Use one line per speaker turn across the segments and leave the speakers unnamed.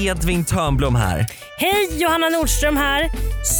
Edvin Törnblom här.
Hej, Johanna Nordström här.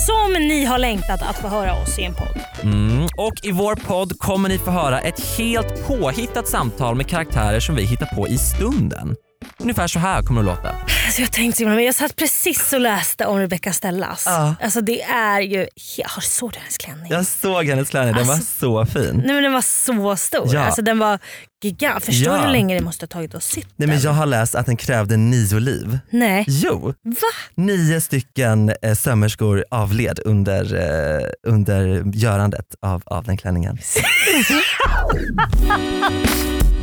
Som ni har längtat att få höra oss i en podd.
Mm. Och i vår podd kommer ni få höra ett helt påhittat samtal med karaktärer som vi hittar på i stunden. Ungefär så här kommer det att låta.
Alltså jag tänkte men jag satt precis och läste om Rebecca Stellas.
Ja.
Alltså det är ju... Jag har såg du hennes klänning?
Jag såg hennes klänning, den
Alltså-
var så fin.
Nej men den var så stor.
Ja.
Alltså den var gigant. Förstår
Ja.
du hur länge det måste ha tagit att sytt
Nej, men
den?
jag har läst att den krävde nio liv.
Nej.
Jo,
Va?
nio stycken eh, sömmerskor avled under, eh, under görandet av, av den klänningen.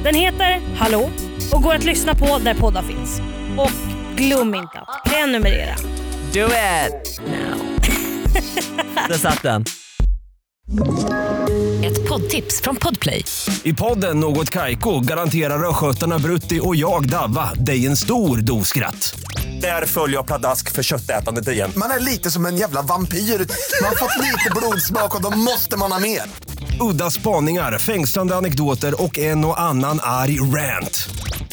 Den heter Hallå och går att lyssna på där poddar finns. Och glöm inte att prenumerera.
Do it! Now. Där satt den.
Ett poddtips från Podplay.
I podden Något Kaiko garanterar östgötarna Brutti och jag, Davva, dig en stor dos skratt. Där följer jag pladask för köttätandet igen.
Man är lite som en jävla vampyr. Man har fått lite blodsmak och då måste man ha mer.
Udda spaningar, fängslande anekdoter och en och annan arg rant.